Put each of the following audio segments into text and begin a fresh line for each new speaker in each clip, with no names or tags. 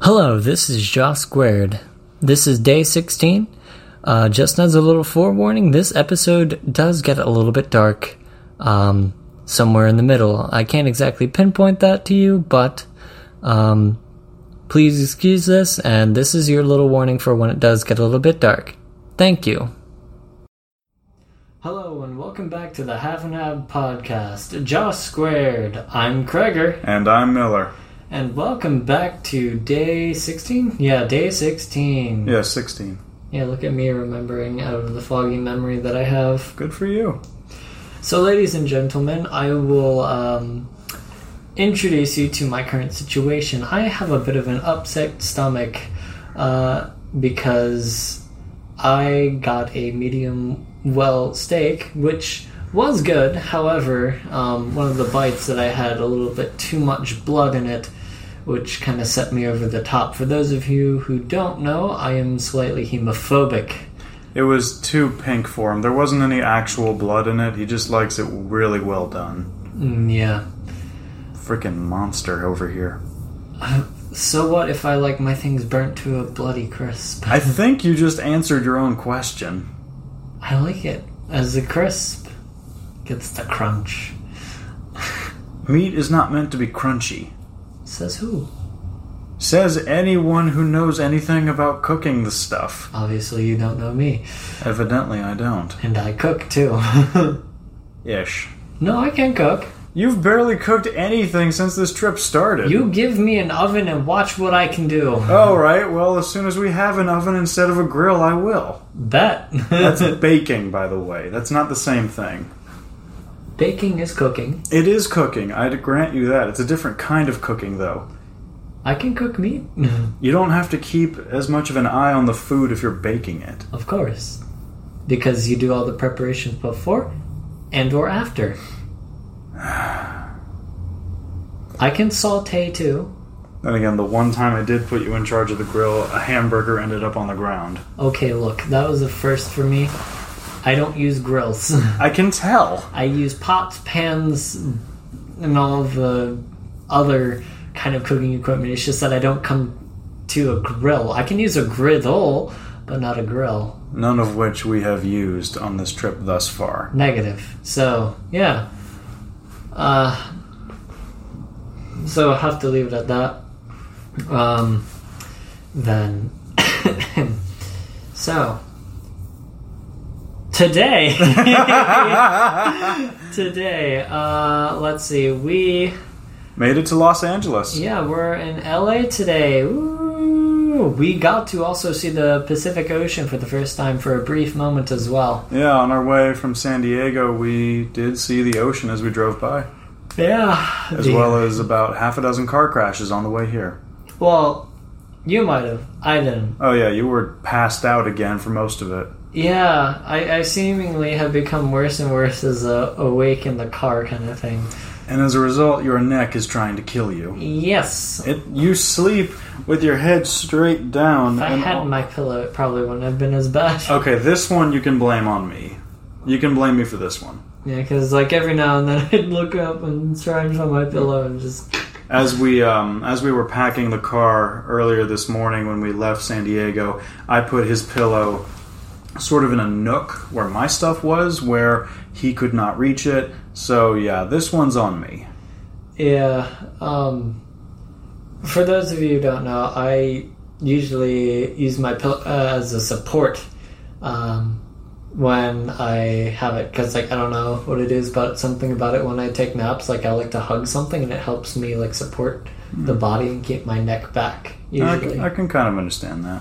Hello, this is Josh Squared. This is day 16. Uh, just as a little forewarning, this episode does get a little bit dark um, somewhere in the middle. I can't exactly pinpoint that to you, but um, please excuse this, and this is your little warning for when it does get a little bit dark. Thank you. Hello, and welcome back to the Have and Have podcast. Josh Squared. I'm Kreger.
And I'm Miller.
And welcome back to day 16? Yeah, day 16.
Yeah, 16.
Yeah, look at me remembering out of the foggy memory that I have.
Good for you.
So, ladies and gentlemen, I will um, introduce you to my current situation. I have a bit of an upset stomach uh, because I got a medium well steak, which was good. However, um, one of the bites that I had a little bit too much blood in it, which kind of set me over the top. For those of you who don't know, I am slightly hemophobic.
It was too pink for him. There wasn't any actual blood in it. He just likes it really well done.
Mm, yeah.
Freaking monster over here.
So what if I like my things burnt to a bloody crisp?
I think you just answered your own question.
I like it as a crisp. Gets the crunch.
Meat is not meant to be crunchy.
Says who?
Says anyone who knows anything about cooking the stuff.
Obviously, you don't know me,
Evidently, I don't.
and I cook too.
Ish.
no, I can cook.
You've barely cooked anything since this trip started.
You give me an oven and watch what I can do.
All right. Well, as soon as we have an oven instead of a grill, I will.
Bet.
That's baking, by the way. That's not the same thing.
Baking is cooking.
It is cooking. I'd grant you that. It's a different kind of cooking, though.
I can cook meat.
You don't have to keep as much of an eye on the food if you're baking it.
of course. Because you do all the preparations before and or after. I can saute too.
Then again, the one time I did put you in charge of the grill, a hamburger ended up on the ground.
Okay, look, that was a first for me. I don't use grills.
I can tell.
I use pots, pans, and all the other kind of cooking equipment. It's just that I don't come to a grill. I can use a griddle, but not a grill.
None of which we have used on this trip thus far.
Negative. So yeah. Uh, so I have to leave it at that. Um, then. so. Today. today. Uh, let's see. We.
Made it to Los Angeles.
Yeah, we're in LA today. Ooh, we got to also see the Pacific Ocean for the first time for a brief moment as well.
Yeah, on our way from San Diego, we did see the ocean as we drove by,
Yeah.
as well as about half a dozen car crashes on the way here.
Well, you might have. I didn't.
Oh, yeah, you were passed out again for most of it.
Yeah, I, I seemingly have become worse and worse as a awake in the car kind of thing.
And as a result, your neck is trying to kill you.
Yes.
It, you sleep with your head straight down.
If I
and
had my pillow, it probably wouldn't have been as bad.
okay, this one you can blame on me. You can blame me for this one.
Yeah, because like every now and then I'd look up and try and find my pillow and just.
As we um, as we were packing the car earlier this morning when we left San Diego, I put his pillow sort of in a nook where my stuff was, where he could not reach it. So yeah, this one's on me.
Yeah. Um, for those of you who don't know, I usually use my pillow uh, as a support um, when I have it because, like, I don't know what it is, but something about it when I take naps, like, I like to hug something and it helps me like support the body and keep my neck back.
I,
Usually,
can- I can kind of understand that.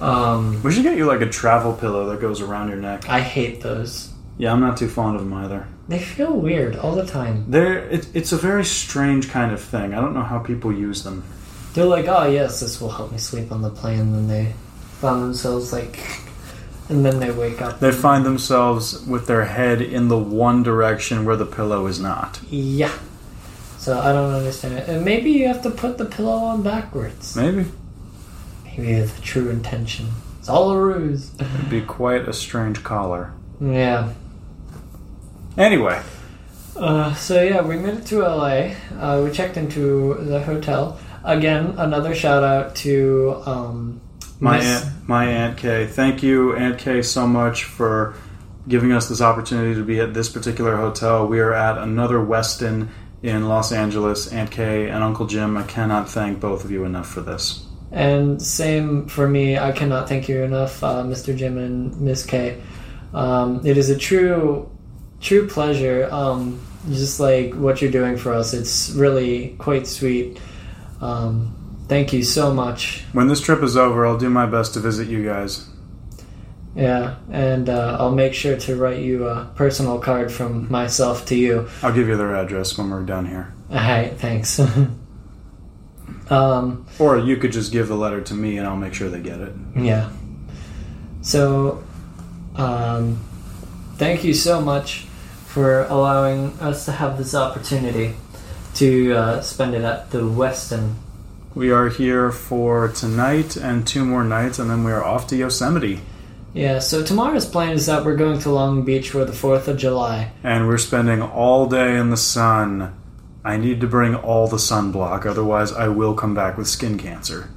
um,
We should get you like a travel pillow that goes around your neck.
I hate those.
Yeah, I'm not too fond of them either.
They feel weird all the time.
They're, it, it's a very strange kind of thing. I don't know how people use them.
They're like, oh yes, this will help me sleep on the plane. And then they found themselves like, and then they wake up.
They find themselves with their head in the one direction where the pillow is not.
Yeah. So I don't understand it. And maybe you have to put the pillow on backwards.
Maybe.
Maybe the true intention. It's all a ruse.
It'd be quite a strange collar.
yeah.
Anyway,
Uh, so yeah, we made it to LA. Uh, we checked into the hotel. Again, another shout out to um,
My
Miss-
aunt, my aunt Kay. Thank you, Aunt Kay, so much for giving us this opportunity to be at this particular hotel. We are at another Westin in Los Angeles. Aunt Kay and Uncle Jim, I cannot thank both of you enough for this.
And same for me. I cannot thank you enough, uh, Mr. Jim and Miss K. Um, it is a true, true pleasure. Um, just like what you're doing for us, it's really quite sweet. Um, thank you so much.
When this trip is over, I'll do my best to visit you guys.
Yeah, and uh, I'll make sure to write you a personal card from myself to you.
I'll give you their address when we're done here.
All right, thanks. um,
Or you could just give the letter to me and I'll make sure they get it.
Yeah. So, um, thank you so much for allowing us to have this opportunity to uh, spend it at the Westin.
We are here for tonight and two more nights, and then we are off to Yosemite.
Yeah, so tomorrow's plan is that we're going to Long Beach for the 4th of July.
and we're spending all day in the sun. I need to bring all the sunblock, otherwise, I will come back with skin cancer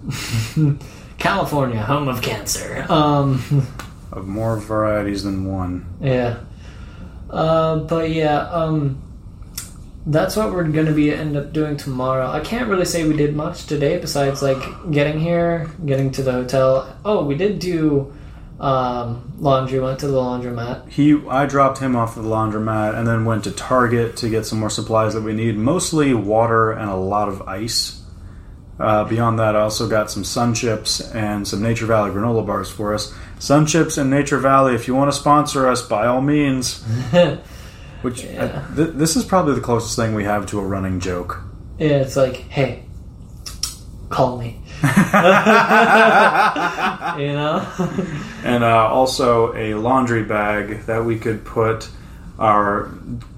California, home of cancer. Um,
of more varieties than one.
yeah. Uh, but yeah, um, that's what we're going to be end up doing tomorrow. I can't really say we did much today besides like getting here, getting to the hotel. Oh, we did do um, laundry. Went to the laundromat.
He, I dropped him off at the laundromat and then went to Target to get some more supplies that we need, mostly water and a lot of ice. Uh, beyond that, I also got some sun chips and some Nature Valley granola bars for us. Sun chips and Nature Valley, if you want to sponsor us, by all means. Which I-
Yeah.
th- this is probably the closest thing we have to a running joke.
yeah, it's like, hey, call me. you know.
and uh, also a laundry bag that we could put our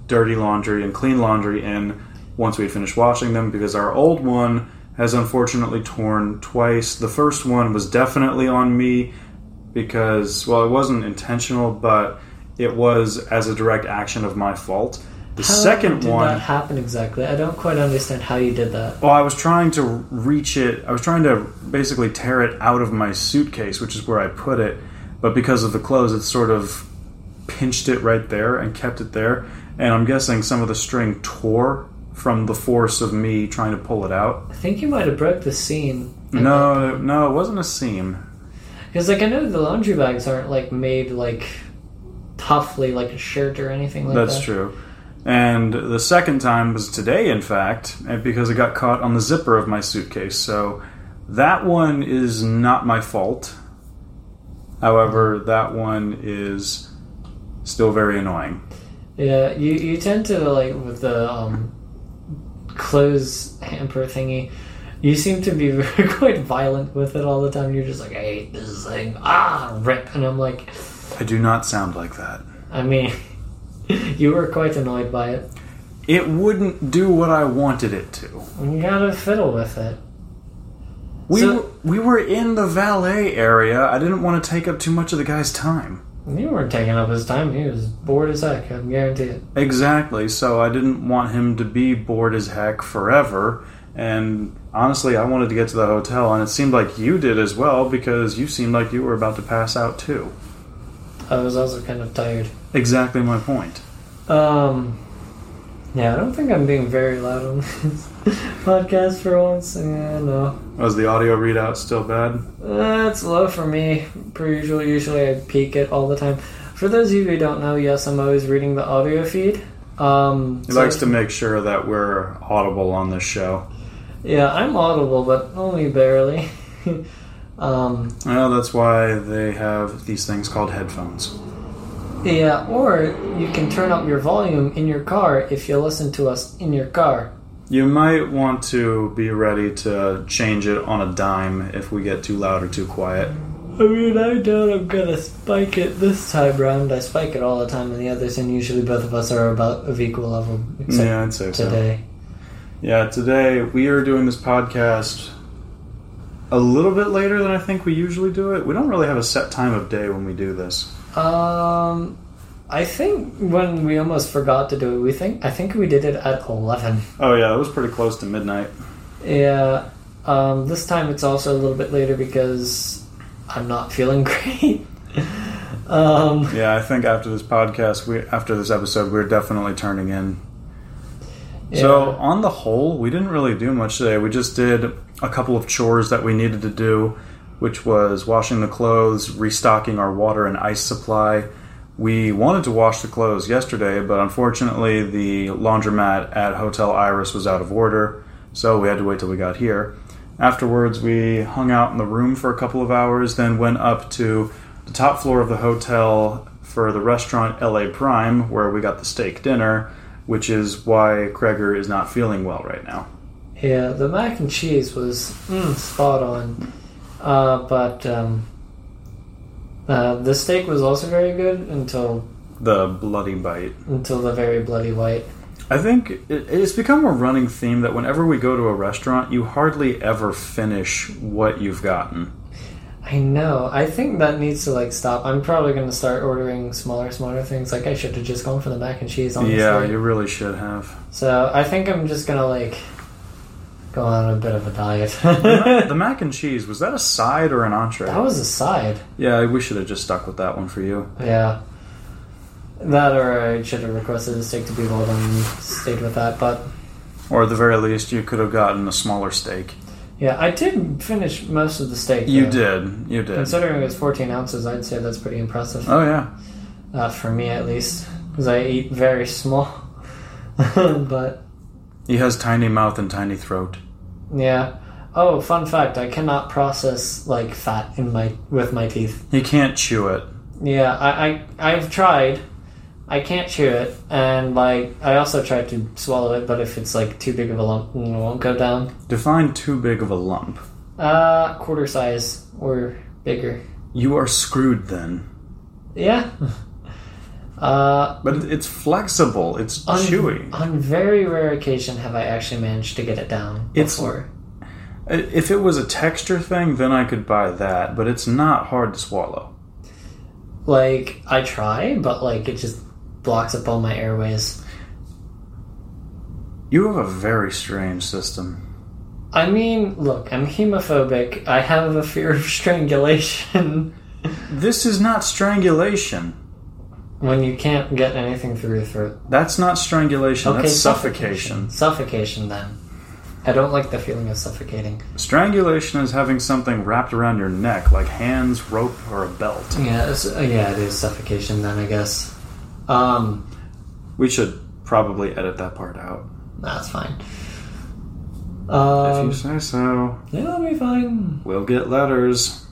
dirty laundry and clean laundry in once we finish washing them because our old one has unfortunately torn twice. The first one was definitely on me because, well, it wasn't intentional, but it was as a direct action of my fault. The
How
second
Oh, did
one
that happen exactly? I don't quite understand how you did that.
well, I was trying to reach it. I was trying to basically tear it out of my suitcase, which is where I put it. But because of the clothes, it sort of pinched it right there and kept it there. And I'm guessing some of the string tore from the force of me trying to pull it out.
I think you might have broke the seam.
No, no, it wasn't a seam.
Because like I know the laundry bags aren't like made like toughly like a shirt or anything like that.
That's true. And the second time was today, in fact, and because it got caught on the zipper of my suitcase. So that one is not my fault. However, that one is still very annoying.
Yeah, you you tend to like with the um, clothes hamper thingy. You seem to be very, quite violent with it all the time. You're just like, I hate this thing. Ah, rip. And I'm like,
I do not sound like that.
I mean, you were quite annoyed by it.
It wouldn't do what I wanted it to.
You gotta fiddle with it.
We,
So-
were, we were in the valet area. I didn't want to take up too much of the guy's time.
You weren't taking up his time. He was bored as heck. I guarantee it.
Exactly. So I didn't want him to be bored as heck forever. And honestly, I wanted to get to the hotel, and it seemed like you did as well because you seemed like you were about to pass out too.
I was also kind of tired.
Exactly my point.
Um, yeah, I don't think I'm being very loud on this podcast for once. Yeah, no,
Was the audio readout still bad?
that's low for me. Per usual, usually I peak it all the time. For those of you who don't know, yes, I'm always reading the audio feed. Um,
He
so-
likes to make sure that we're audible on this show.
Yeah, I'm audible, but only barely. um,
Well, that's why they have these things called headphones.
yeah, or you can turn up your volume in your car if you listen to us in your car.
You might want to be ready to change it on a dime if we get too loud or too quiet.
I mean, I doubt I'm gonna spike it this time round. I spike it all the time in the others, and usually both of us are about of equal level, except
Yeah, I'd say so.
today.
Yeah, today we are doing this podcast a little bit later than I think we usually do it. We don't really have a set time of day when we do this.
Um, I think when we almost forgot to do it, we think I think we did it at eleven.
Oh yeah, it was pretty close to midnight.
Yeah. Um, this time it's also a little bit later because I'm not feeling great. um,
Yeah, I think after this podcast, we after this episode, we're definitely turning in. So
yeah.
on the whole, we didn't really do much today. We just did a couple of chores that we needed to do, which was washing the clothes, restocking our water and ice supply. We wanted to wash the clothes yesterday, but unfortunately, the laundromat at Hotel Iris was out of order, so we had to wait till we got here. Afterwards, we hung out in the room for a couple of hours, then went up to the top floor of the hotel for the restaurant LA Prime, where we got the steak dinner, which is why Kreger is not feeling well right now.
yeah, the mac and cheese was mm, spot on, uh, but um, uh, the steak was also very good until
The bloody bite.
until the very bloody white.
I think it, it's become a running theme that whenever we go to a restaurant, you hardly ever finish what you've gotten.
I know. I think that needs to like stop. I'm probably going to start ordering smaller, smaller things. Like I should have just gone for the mac and cheese. Honestly.
Yeah, you really should have.
So I think I'm just gonna like go on a bit of a diet.
The ma- the
that
mac and cheese, was that a side or an entree?
was a side.
yeah, we should have just stuck with that one for you.
Yeah. That or I should have requested a steak to be rolled and stayed with that. But
Or at the very least, you could have gotten a smaller steak.
yeah, I did finish most of the steak.
You
though.
did. You did.
Considering it was 14 ounces, I'd say that's pretty impressive.
Oh yeah.
Uh, for me, at least. Because I eat very small. but
He has tiny mouth and tiny throat.
yeah. Oh, fun fact, I cannot process like fat in my with my teeth.
He can't chew it.
Yeah, I, I I've tried. I can't chew it, and like I also tried to swallow it, but if it's like too big of a lump, mm, it won't go down.
Define too big of a lump.
Uh, quarter size or bigger.
You are screwed then.
Yeah. Uh,
But it- it's flexible. It's
on,
chewy.
On very rare occasion have I actually managed to get it down.
It's-
before.
I- If it was a texture thing, then I could buy that. But it's not hard to swallow.
like I try, but like it just blocks up all my airways.
You have a very strange system.
I mean, look, I'm hemophobic. I have a fear of strangulation.
This is not strangulation.
when you can't get anything through your throat.
That's not strangulation. that's suffocation.
Suffocation, then. I don't like the feeling of suffocating.
Strangulation is having something wrapped around your neck, like hands, rope, or a belt.
Yeah, it's, uh, yeah, it is suffocation, then, I guess. Um,
We should probably edit that part out.
that's fine.
if you
Um,
say so,
yeah, that'll be fine.
we'll get letters.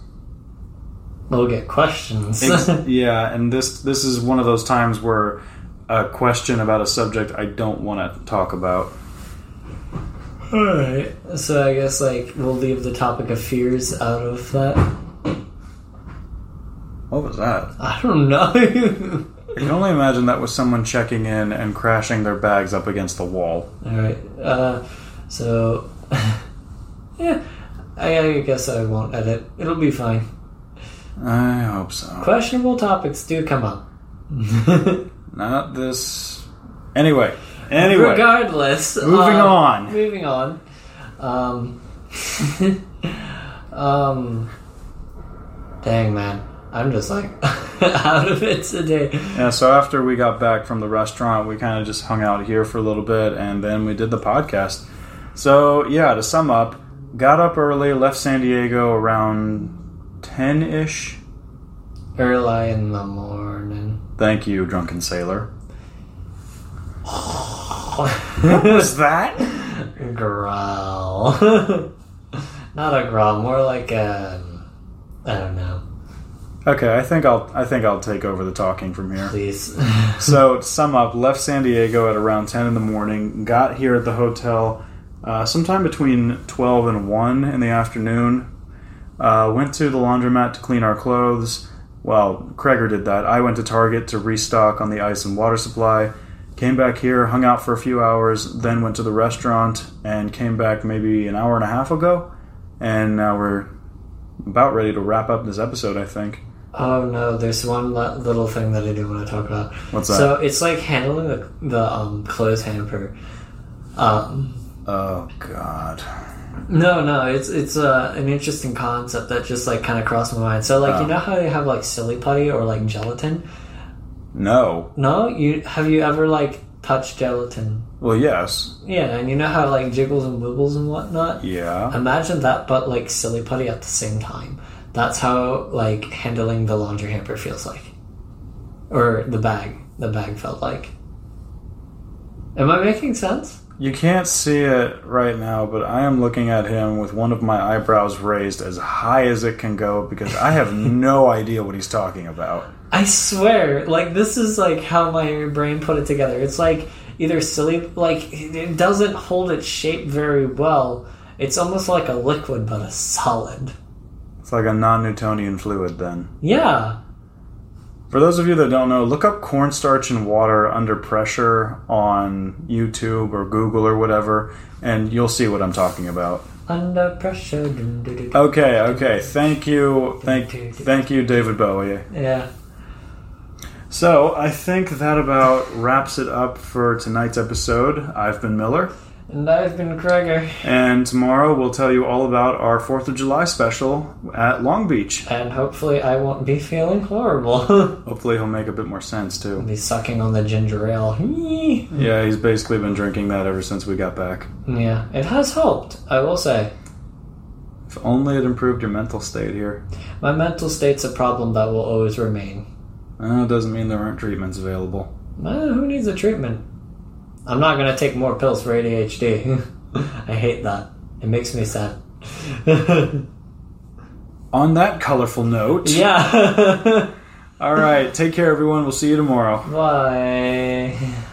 We'll get questions.
Ex- yeah, and this this is one of those times where a question about a subject I don't want to talk about.
Alright, so I guess, like, we'll leave the topic of fears out of that.
What was that?
I don't know.
I can only imagine that was someone checking in and crashing their bags up against the wall.
Alright, uh, so. yeah, I, I guess I won't edit. It'll be fine.
I hope so.
Questionable topics do come up.
Not this. Anyway, anyway,
Regardless.
moving
uh,
on.
Moving on. Um, um, dang, man. I'm just like out of it today.
Yeah, so after we got back from the restaurant, we kind of just hung out here for a little bit and then we did the podcast. So, yeah, to sum up, got up early, left San Diego around 10 ish.
Early in the morning.
Thank you, drunken sailor. What was that?
growl. Not a growl, more like a. I don't know.
Okay, I think I'll I think I'll take over the talking from here.
Please.
So to sum up, left San Diego at around ten in the morning. Got here at the hotel uh, sometime between twelve and one in the afternoon. Uh, went to the laundromat to clean our clothes. Well, Kreger did that. I went to Target to restock on the ice and water supply. Came back here, hung out for a few hours, then went to the restaurant and came back maybe an hour and a half ago. And now we're about ready to wrap up this episode, I think.
oh no, there's one li- little thing that I do want to talk about.
What's that?
So it's like handling the, the um, clothes hamper. Um,
oh, God.
No, no, it's it's uh, an interesting concept that just like kind of crossed my mind. So like
Oh.
you know how they have like silly putty or like gelatin?
No.
No, you have you ever like touched gelatin?
Well, yes.
Yeah, and you know how like jiggles and wibbles and whatnot.
Yeah.
Imagine that, but like silly putty at the same time. That's how like handling the laundry hamper feels like, or the bag. The bag felt like. Am I making sense?
You can't see it right now, but I am looking at him with one of my eyebrows raised as high as it can go because I have no idea what he's talking about.
I swear, like this is like how my brain put it together. It's like either silly, like it doesn't hold its shape very well. It's almost like a liquid but a solid.
It's like a non Newtonian fluid, then.
Yeah,
For those of you that don't know, look up cornstarch and water under pressure on YouTube or Google or whatever, and you'll see what I'm talking about.
under pressure. dun, dun, dun, dun.
Okay, okay. Thank you. Thank, thank you, David Bowie.
Yeah.
So I think that about wraps it up for tonight's episode. I've been Miller,
And I've been Gregor
and tomorrow we'll tell you all about our Fourth of July special at Long Beach.
and hopefully I won't be feeling horrible.
Hopefully, he'll make a bit more sense
I'll
too.
be sucking on the ginger ale.
Yeah, he's basically been drinking that ever since we got back.
yeah, it has helped, I will say.
If only it improved your mental state here.
My mental state's a problem that will always remain.
Uh, doesn't mean there aren't treatments available.
Eh, who needs a treatment? I'm not gonna take more pills for ADHD. I hate that. It makes me sad.
On that colorful note,
yeah.
all right, take care, everyone. We'll see you tomorrow.
Bye.